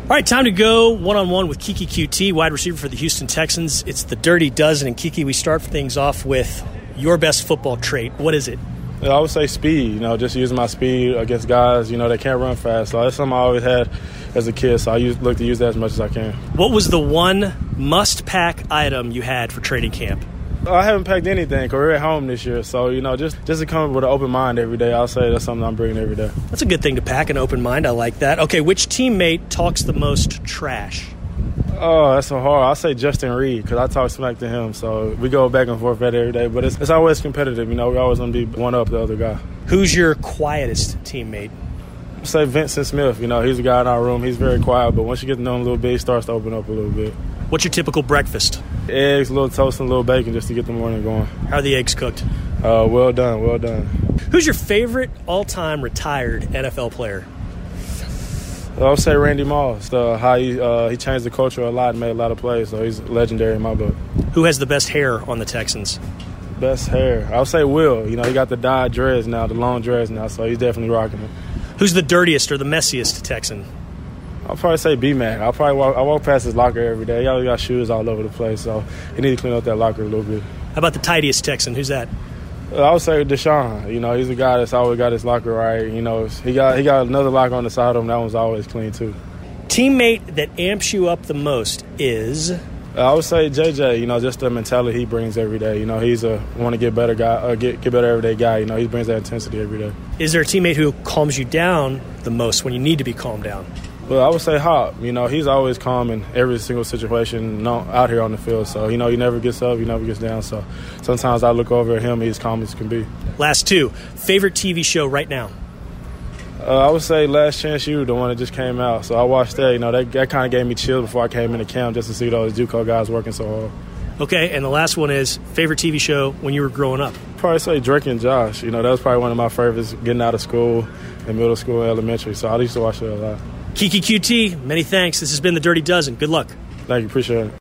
All right, time to go one on one with Kiki QT, wide receiver for the Houston Texans. It's the Dirty Dozen, and Kiki, we start things off with your best football trait. What is it? Yeah, I would say speed. You know, just using my speed against guys. You know, that can't run fast. So that's something I always had as a kid. So I use, look to use that as much as I can. What was the one must pack item you had for training camp? Uh, I haven't packed anything. 'cause We're at home this year, so you know, just just to come with an open mind every day. I'll say that's something I'm bringing every day. That's a good thing to pack, an open mind. I like that. Okay, which teammate talks the most trash? Oh, that's so hard. I say Justin Reed because I talk smack to him, so we go back and forth that every day. But it's, it's always competitive. You know, we're always gonna be one up the other guy. Who's your quietest teammate? I'd say Vincent Smith. You know, he's a guy in our room. He's very quiet, but once you get to know him a little bit, he starts to open up a little bit. What's your typical breakfast? Eggs, a little toast, and a little bacon just to get the morning going. How are the eggs cooked? Uh, well done, well done. Who's your favorite all time retired NFL player? I would say Randy Moss. Uh, how he uh, he changed the culture a lot, and made a lot of plays. So he's legendary in my book. Who has the best hair on the Texans? Best hair, I would say Will. You know, he got the dyed dreads now, the long dreads now, so he's definitely rocking it. Who's the dirtiest or the messiest Texan? I'll probably say B Mac. I probably walk, I walk past his locker every day. He always got shoes all over the place, so he need to clean up that locker a little bit. How about the tidiest Texan? Who's that? Uh, I would say Deshaun. You know, he's a guy that's always got his locker right. You know, he got he got another locker on the side of him. That one's always clean too. Teammate that amps you up the most is. Uh, I would say JJ, you know, just the mentality he brings every day. You know, he's a want to get better guy, uh, get get better every day guy. You know, he brings that intensity every day. Is there a teammate who calms you down the most when you need to be calmed down? But I would say Hop, you know, he's always calm in every single situation no, out here on the field. So you know, he never gets up, he never gets down. So sometimes I look over at him, he's calm as can be. Last two. Favorite TV show right now? Uh, I would say Last Chance U, the one that just came out. So I watched that. You know, that, that kind of gave me chills before I came into camp just to see those JUCO guys working so hard. Okay, and the last one is favorite TV show when you were growing up? Probably say Drake and Josh. You know, that was probably one of my favorites getting out of school in middle school and elementary. So I used to watch that a lot. Kiki QT, many thanks. This has been The Dirty Dozen. Good luck. Thank you. Appreciate it.